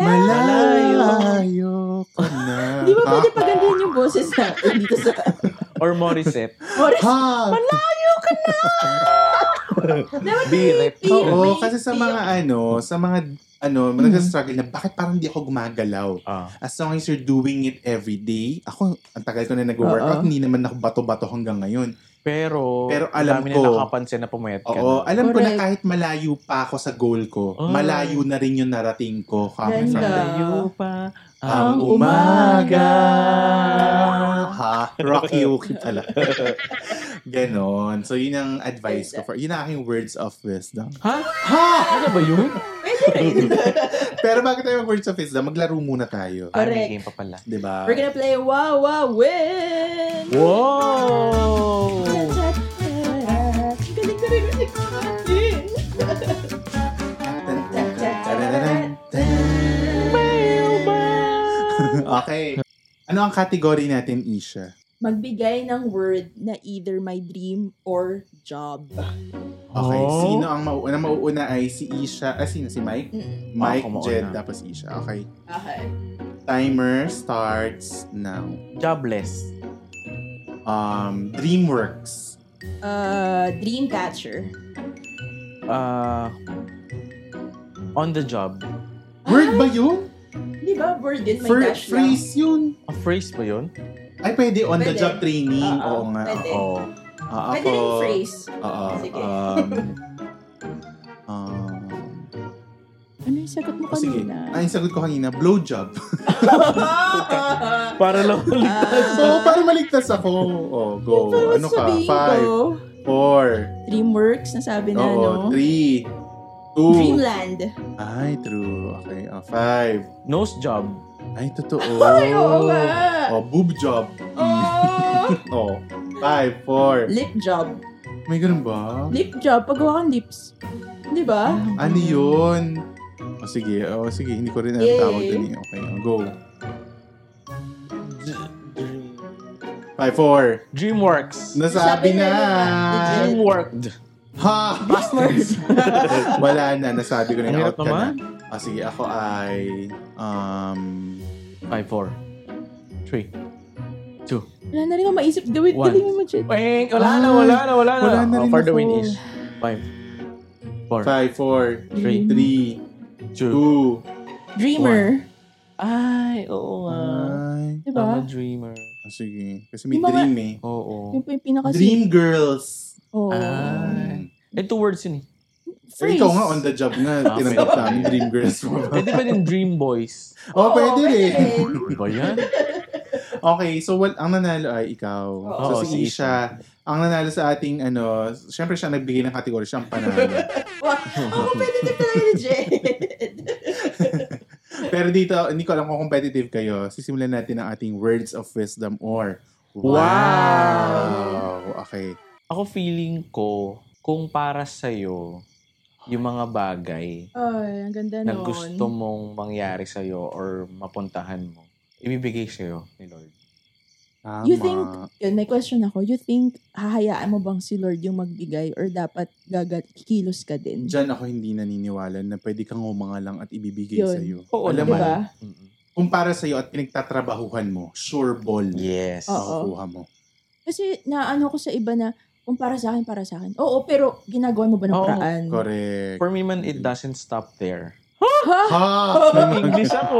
Malayo. Malayo ka na. Di ba pwede pagandahin yung boses natin dito sa Or Morissette. Morris? Ha? Malayo ka na! Dapat Birit. may- Oo, may- kasi sa may- mga ano, sa mga ano, mm struggle na bakit parang di ako gumagalaw. Ah. As long as you're doing it every day, ako, ang tagal ko na nag-workout, Oo. hindi naman ako bato-bato hanggang ngayon. Pero, Pero alam dami ko. na nakapansin na pumayat ka Oo, na. alam ko na Correct. kahit malayo pa ako sa goal ko, Oh. malayo na rin yung narating ko. Kami Ganda. sa Malayo pa ang umaga. Ha? Rocky Yuki pala. Ganon. So, yun ang advice ko. For, yun ang aking words of wisdom. Ha? Ha! Ano ba yun? Pwede rin. Pero bago tayo mag-words of wisdom, maglaro muna tayo. Ah, Correct. may game pa pala. Diba? We're gonna play Wow Wow Win! Wow! Galing na rin yung next natin. okay. Ano ang category natin, Isha? Magbigay ng word na either my dream or job. Okay. Oh. Sino ang mauuna? Ang mauuna ay si Isha. Ah, sino? Si Mike? Mm. Mike, Ako mauuna. Jed, tapos Isha. Okay. Okay. Timer starts now. Jobless. Um, DreamWorks. Uh, dream catcher. Uh, on the job. Word ba yun? Di ba? Word yun, Ah! may Fr- dash lang. phrase yun. A phrase ba yun? Ay, pwede on the Pwede. job training. Oo Oo, nga. pwede. Oo. Ah, Pwede ako- ah, rin phrase. Oo. Sige. Um, um, Ano yung sagot mo oh, sige. Ay, kanina? yung sagot ko kanina, blowjob. Para lang so, para maligtas ako. Oh, go. Ano ka? Five, four, Dreamworks, nasabi na, oo, no? three, two. Dreamland. Ay, true. Okay, ah, five. Nose job. Ay, totoo. Ay, oo nga. Oh, boob job. Oh! Oh, five, four. lip job. May ganun ba? Lip job, pagawa kang lips. Di ba? Ah. Ano yun? O sige, o sige, hindi ko rin alam Yay. tawag dun eh. Okay, oh, go. 5-4. Dreamworks. Nasabi na! Nasabi na. Dreamworked. Ha! Words. Wala na, nasabi ko na Ang yung hirap out ka na. naman. O sige, ako ay... Um, 5, 4, 3, 2. Wala na rin ako maisip. Do it. One. Galingan mo, Chet. Wait, wala na, wala na, Ah, wala na. Wala na rin oh, for the win ako. is 5, 4, 5, Three. 4, 3, 2. 2, Dreamer. Ay, oo nga. ay. Di I'm a ba? dreamer. O Ah, sige, kasi may Yung mga- Oh, dream eh. Oo. Yung pa yung pinaka- Dream girls. Oh. Ay. Eh, two words yun eh. Eh, Ikaw nga, on the job nga, Ah, Okay. tinanggap namin dream girls mo. Pwede ba din dream boys? Oh, Oo, pwede rin. Ano ba yan? Okay, so well, ang nanalo ay ikaw. so Oo. Oo, si si Isha, ang nanalo sa ating ano, syempre siya ang nagbigay ng kategory, siya ang panalo. Wow. Oh, competitive talaga ni Jed. Pero dito, hindi ko alam kung competitive kayo. Sisimulan natin ang ating words of wisdom or Wow! Okay. Ako feeling ko, kung para sa'yo, yung mga bagay Ay, ang ganda na nun. gusto mong mangyari sa'yo or mapuntahan mo, ibibigay sa'yo ni Lord. Tama. You think, yun, may question ako, you think hahayaan mo bang si Lord yung magbigay or dapat gagat, kilos ka din? Diyan ako hindi naniniwala na pwede kang humangalang at ibibigay Yun. sa iyo. Oo, diba? Alam Di mo, ba? kung para sa iyo at pinagtatrabahuhan mo, sure ball. Yes. Oo. Makukuha mo. Kasi naano ko sa iba na, kung para sa akin, para sa akin. Oo, pero ginagawa mo ba ng Oo, paraan? Correct. For me man, it doesn't stop there. Ha! English ako!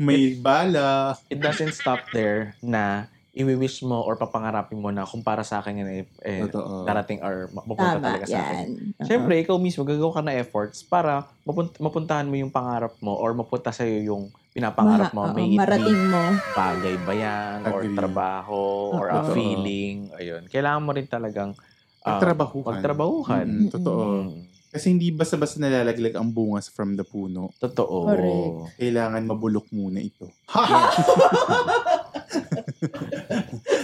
May bala. It doesn't stop there na iwi-wish mo or papangarapin mo na kung para sa akin yan eh, eh, Totoo. darating or ma- mapunta Tama, talaga sa akin. yan. Oo. Siyempre, ikaw mismo, gagawa ka na efforts para mapunt- mapuntahan mo yung pangarap mo or mapunta sa'yo yung pinapangarap mo. Ma- oo, May it be marating mo. bagay ba yan or Agree. trabaho or a Totoo. feeling. Ayun. Kailangan mo rin talagang ah, Pagtrabahuhan. pagtrabahuhan. Mm, totoo. Mm, Kasi hindi basta-basta nalalaglag ang bungas from the puno. Totoo. Correct. Kailangan mabulok muna ito.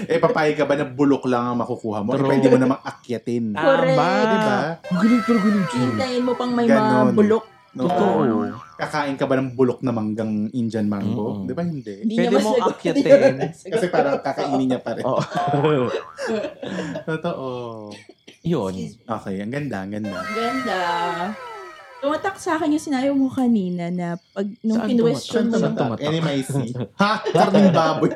eh, papayag ka ba na bulok lang ang makukuha mo? Eh, True. pwede mo namang Diba? akyatin. Tama, Ah, Correct. Di ba? Galing, pero galing. Hintayin mo pang may Ganon. mga bulok. No, Totoo. Kakain ka ba ng bulok na manggang Indian mango? Mm-mm. Di ba hindi? Hindi Pwede niya mas mong sagot- akyatin. hindi niya mas sagot. Kasi parang kakainin niya pa rin. Oo. Totoo. Yun. Excuse me. Okay, ang ganda, ang ganda. Ganda. Tumatak sa akin yung sinayo mo kanina na pag nung Saan kinwestiyon mo tumatak? yung Saan tumatak? NMIC. ha? Karning baboy.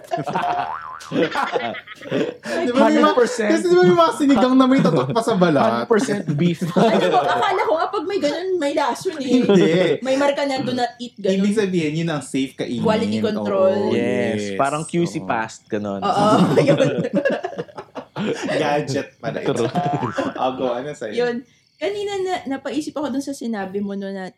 Di ba may mga- 100%. Kasi di ba may mga sinigang na may tatak pa sa balat? 100% beef. Ano ba, akala ko nga pag may ganun, may lason eh. Hindi. May marka na do not eat ganun. Ibig sabihin, yun ang safe kainin. Quality Oo, control. yes. Parang QC Oo. past. Ganon. Oo, yun. Gadget pala ito. True. I'll go, ano sa'yo? yun. Kanina na, napaisip ako dun sa sinabi mo no na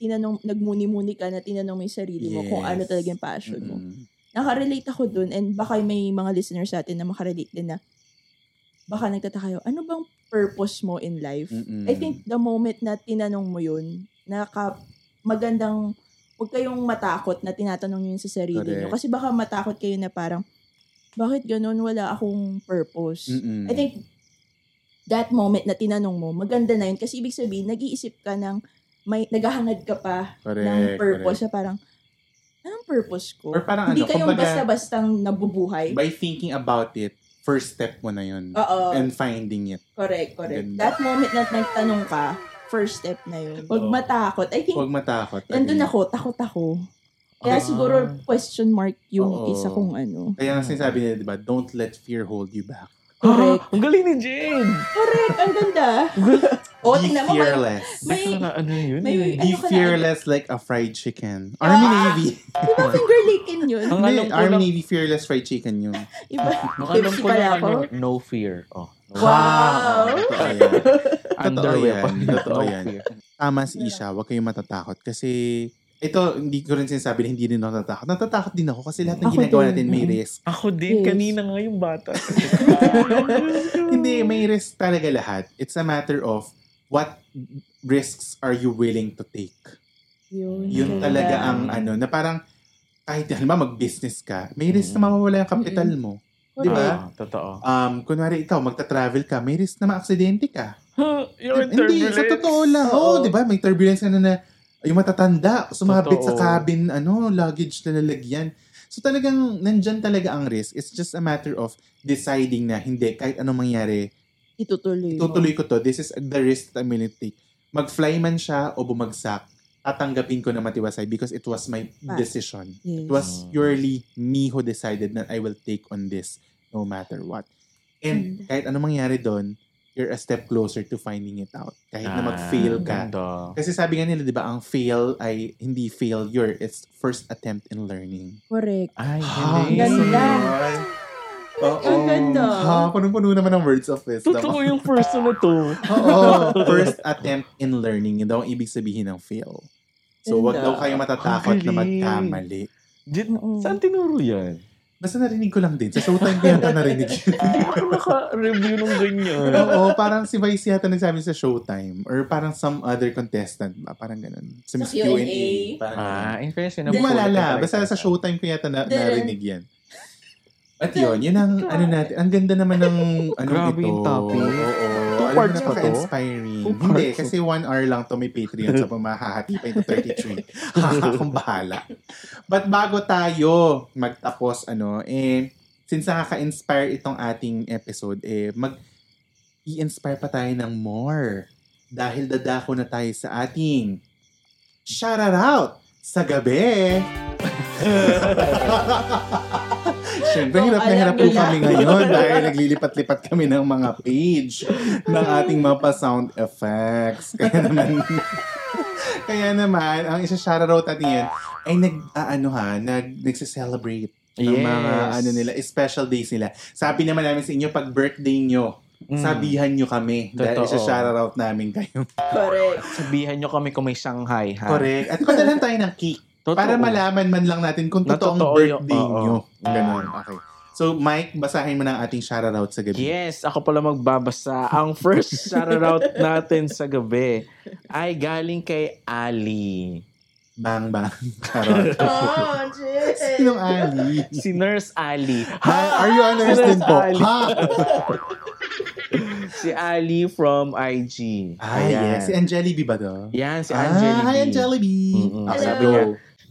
tinanong, nagmuni-muni ka na tinanong mo yung sarili mo kung Yes. ano talaga yung passion mo. Mm-mm. Nakarelate ako dun and baka may mga listeners sa atin na makarelate din na baka nagtataka kayo, ano bang purpose mo in life? Mm-mm. I think the moment na tinanong mo yun, naka, magandang, huwag kayong matakot na tinatanong nyo yun sa sarili nyo. Correct. Kasi baka matakot kayo na parang, bakit ganun, wala akong purpose. Mm-mm. I think, that moment na tinanong mo, maganda na yun. Kasi ibig sabihin, nag-iisip ka ng, may, naghahangad ka pa Correct, ng purpose. correct. Na parang, anong purpose ko? Or parang Hindi ano, kayong kumbaga- basta-bastang nabubuhay. By thinking about it, first step mo na yun. Oo. And finding it. Correct, correct. Ganda. That moment na nagtanong ka, first step na yun. Huwag Oo. matakot. I think, Huwag matakot. nandun Agree. ako, takot ako. Kaya Ah. siguro question mark yung Oo. isa kong ano. Kaya ang sinasabi nila, di ba, don't let fear hold you back. Correct. Ang galing ni Jane. Correct, ang ganda. o, Be tingnan mo, may, fearless. may, ano yun? may, eh. Be ano ka na, Ah! fearless like a fried chicken. Army Navy. di ba finger licking yun? Ang Hindi, alam ko Army lang, Navy fearless fried chicken yun. Iba, ang alam tipsy ko lang, pala ako. ano, no fear. Oh, no Wow! Totoo yan. Totoo Underwear yan. pa. Totoo No yan. fear. Tama si Isha, huwag kayong matatakot. Kasi ito, hindi ko rin sinasabi na hindi rin ako natatakot. Natatakot din ako kasi lahat ng Ako ginagawa din. natin may risk. Ako din, Yes. kanina nga yung bata. Hindi, may risk talaga lahat. It's a matter of what risks are you willing to take. Yun, Yun ganda. talaga ang ano, na parang kahit halimbawa mag-business ka, may risk na mawawala yung kapital Mm. mo. Di Ah, ba? totoo. Um, kunwari ikaw, magta-travel ka, may risk na maaksidente ka. You're in Hindi, sa totoo lang. Oh. Oo, diba? di ba? May turbulence na na yung matatanda, sumabit Totoo. sa cabin, ano, luggage na lalagyan. So talagang nandyan talaga ang risk. It's just a matter of deciding na hindi, kahit anong mangyari, Itutuloy. mo. tutuloy ko to. This is the risk that I'm willing to take. Mag-fly man siya o bumagsak, tatanggapin ko na matiwasay because it was my Ah. decision. Yes. It was Oh, purely me who decided that I will take on this no matter what. And Hmm. kahit anong mangyari doon, you're a step closer to finding it out. Kahit Ah, na mag-fail ka. Kasi sabi nga nila, di ba, ang fail ay hindi failure. It's first attempt in learning. Correct. Ay, Ah, Ang hindi. ganda. Oo. Ang ganda. Ha, punong-puno naman ang words of wisdom. Totoo yung first na to. Oo. First attempt in learning. Yun daw ang ibig sabihin ng fail. So, wag Ganda. daw kayo matatakot Ang na galing. magkamali. Jin, Oo. mm. saan tinuro yan? Basta narinig ko lang din. Sa showtime ko yata narinig. Hindi ako naka-review ng ganyan. Oo, parang si Vice yata nagsabi sa showtime. Or parang some other contestant ba? Parang ganun. Sa Miss Sa Q&A. Q&A. Parang ganun. Ah, in fairness, yun. Hindi nabukulit malala. ka Basta talaga. sa showtime ko yata na, Then- narinig yan. At yun, yun ang ano natin. Ang ganda naman ng ano Grabe ito. yung topic. Oo. Two parts pa Alam mo, to? napaka-inspiring. Two Hindi, parts. kasi one hour lang to may Patreon sa pamahahati pa ito 33. Haha, Kung bahala. But bago tayo magtapos, ano, eh, since nakaka-inspire itong ating episode, eh, mag i-inspire pa tayo ng more. Dahil dadako na tayo sa ating shout out sa gabi! Siyempre, hirap na alam hirap nyo po na. kami ngayon dahil naglilipat-lipat kami ng mga page ng ating mapa sound effects. Kaya naman, kaya naman, ang isa shoutout natin yan ay nag, aano ha, nag, nagse-celebrate ng Yes. mga ano nila, special days nila. Sabi naman namin sa inyo, pag birthday nyo, Mm. sabihan nyo kami. Dahil Totoo. isa shoutout namin kayo. Correct. Sabihan nyo kami kung may Shanghai, ha? Correct. At padalhan tayo ng cake. Ah. Totoo. Para malaman man lang natin kung Na totoong totoo yun. birthday Oo. nyo. Ganun. Okay. So, Mike, basahin mo na ang ating shoutout sa gabi. Yes, ako pala magbabasa. Ang first shoutout natin sa gabi ay galing kay Ali. Bang, bang. Charot. Oh, shit. Sinong Ali? Si Nurse Ali. Hi, are you Sinong interested po? Ali? Ha? Si Ali from IG. Ah, yes. Si Angelibi ba to? Yan, si Ah, Angelibi. hi, Angelibi. Mm-mm. Okay, Hello. go.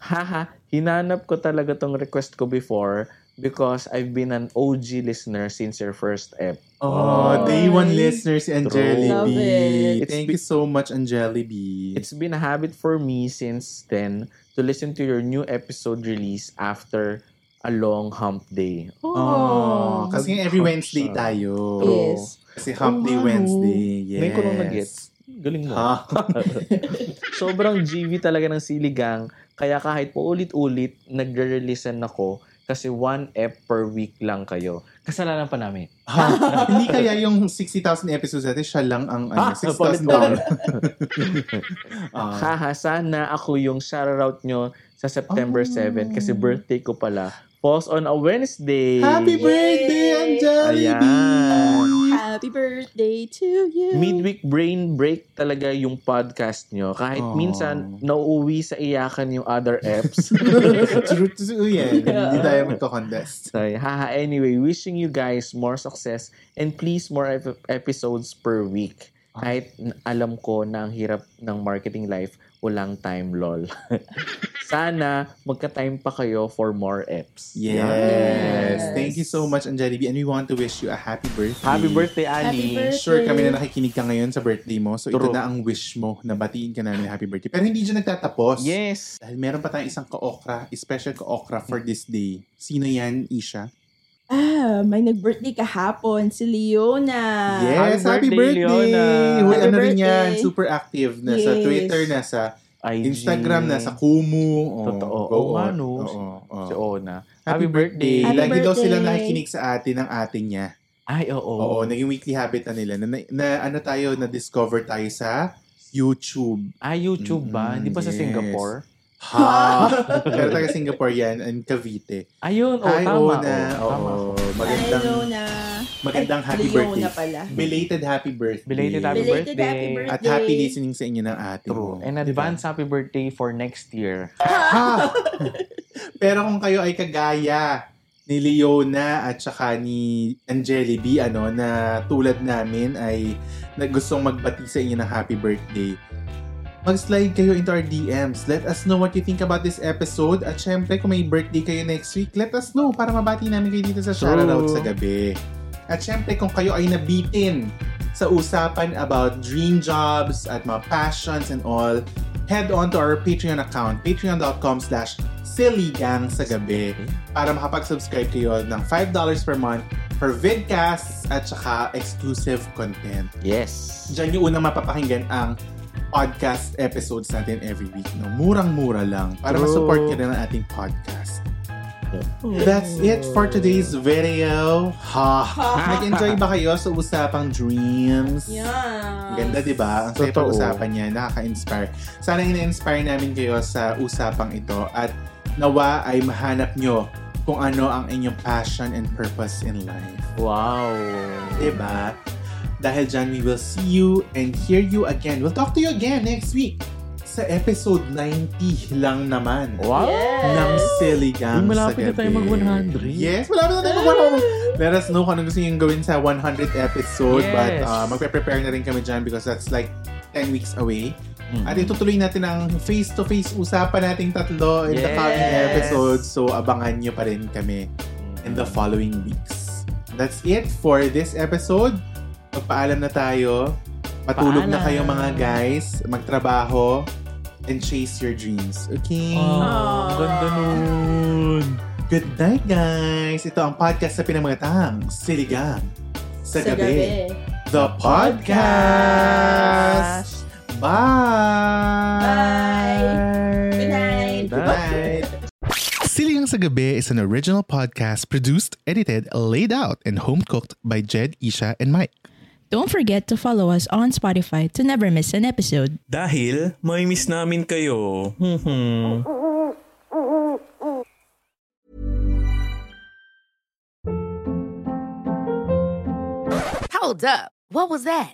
Haha, hinanap ko talaga tong request ko before because I've been an OG listener since your first ep. Oh, day one listener si Love Angelibi. it. Thank you so much, Angelibi. It's been a habit for me since then to listen to your new episode release after a long hump day. Oh, kasi nga every Wednesday siya. tayo. Yes. Kasi Hump Day Oh, wow. Wednesday. Yes. Ah, Ngayon ko lang nag-gets. Galing mo. Ha? Sobrang GV talaga ng siligang. Kaya kahit po ulit-ulit, nagre-releasean ako kasi one ep per week lang kayo. Kasalanan pa namin. Ha? Hindi kaya yung 60,000 episodes natin, siya lang ang Ah, ano, palit down. 6,000 down. Ah. Haha, sana ako yung shoutout nyo sa September Ah. 7 kasi birthday ko pala. Falls on a Wednesday. Happy birthday, Yay! Angelibi! Ayan. Happy birthday to you. Midweek brain break talaga yung podcast nyo. Kahit Aw. minsan, nauuwi sa iyakan yung other apps. True to you yan. Hindi tayo magkakontest. Sorry. Haha, anyway, wishing you guys more success and please more ep- episodes per week. Kahit n- alam ko na ang hirap ng marketing life, walang time, lol. Sana magka-time pa kayo for more eps. Yes. Yes. Thank you so much, Angelibi. And we want to wish you a happy birthday. Happy birthday, Happy Ali. birthday. Sure kami na nakikinig ka ngayon sa birthday mo. So ito True. na ang wish mo na batiin ka namin ng happy birthday. Pero hindi dyan nagtatapos. Yes. Dahil meron pa tayong isang ka-okra, special ka-okra for this day. Sino yan, Isha? Ah, may nag-birthday kahapon, si Leona. Yes, happy Happy birthday! birthday, Leona! Hoy, Ah. Happy ano rin birthday. yan, super active. Nasa Yes. Twitter, nasa IG. Instagram, nasa Kumu. Oh, Totoo. go Oo nga, on. no? Oo, oo. Si Ona. Happy birthday. Happy Lagi daw sila birthday. nakikinig sa atin ng atin niya. Ay, oo. Oo, naging weekly habit na nila. Na, na- na ano tayo, na-discover tayo sa YouTube. Ah, YouTube ba? Mm, Hindi pa sa yes. Singapore? Ha? Pero taga Singapore yan, and Cavite. Ayun, oh, Hi, tama. Ona. oh, tama. Oo, Hi, magandang, Leona. magandang Ay, happy Leona birthday. pala. Belated happy birthday. Belated happy Belated birthday. happy birthday. At happy listening sa inyo ng Diba? atin. True. And advance happy birthday for next year. Ha! Pero kung kayo ay kagaya ni Leona at saka ni Angelibi, ano, na tulad namin ay na gustong magbati sa inyo ng happy birthday, mag-slide kayo into our DMs. Let us know what you think about this episode. At syempre, kung may birthday kayo next week, let us know para mabati namin kayo dito sa True. shoutout sa gabi. At syempre, kung kayo ay nabitin sa usapan about dream jobs at mga passions and all, head on to our Patreon account, patreon.com slash siligang sa gabi para makapag-subscribe kayo ng $5 per month for vidcasts at saka exclusive content. Yes. Diyan yung unang mapapakinggan ang podcast episodes natin every week. No? Murang-mura lang para True. masupport ka rin ang ating podcast. That's it for today's video. Ha! Nag-enjoy ba kayo sa usapang dreams? Yeah. Ganda, di ba? Ang saya Totoo. pag-usapan niya. Nakaka-inspire. Sana ina-inspire namin kayo sa usapang ito at nawa ay mahanap nyo kung ano ang inyong passion and purpose in life. Wow. Diba? Dahil dyan, we will see you and hear you again. We'll talk to you again next week sa episode 90 lang naman Wow. ng Siligang Uy, malapit sa na tayo Gabi. mag-100. Yes, malapit na tayo mag-100. Ah! Let us know kung ano gusto nyo gawin sa 100th episode. Yes. But uh, magpe-prepare na rin kami dyan because that's like 10 weeks away. At itutuloy natin ang face-to-face usapan nating tatlo in the coming Yes. episode. So, abangan nyo pa rin kami. in the following weeks. That's it for this episode. Magpaalam na tayo. Matulog na Paalam. kayo mga guys. Magtrabaho. And chase your dreams. Okay? ang ganda nun. Good night guys. Ito ang podcast sa pinamagatang Siligang sa, gabi. The podcast. Bye. Good night. Good night. Siligang sa Gabi is an original podcast produced, edited, laid out, and home cooked by Jed, Isha, and Mike. Don't forget to follow us on Spotify to never miss an episode. Dahil may miss namin kayo. Hmm-hmm. Hold up. What was that?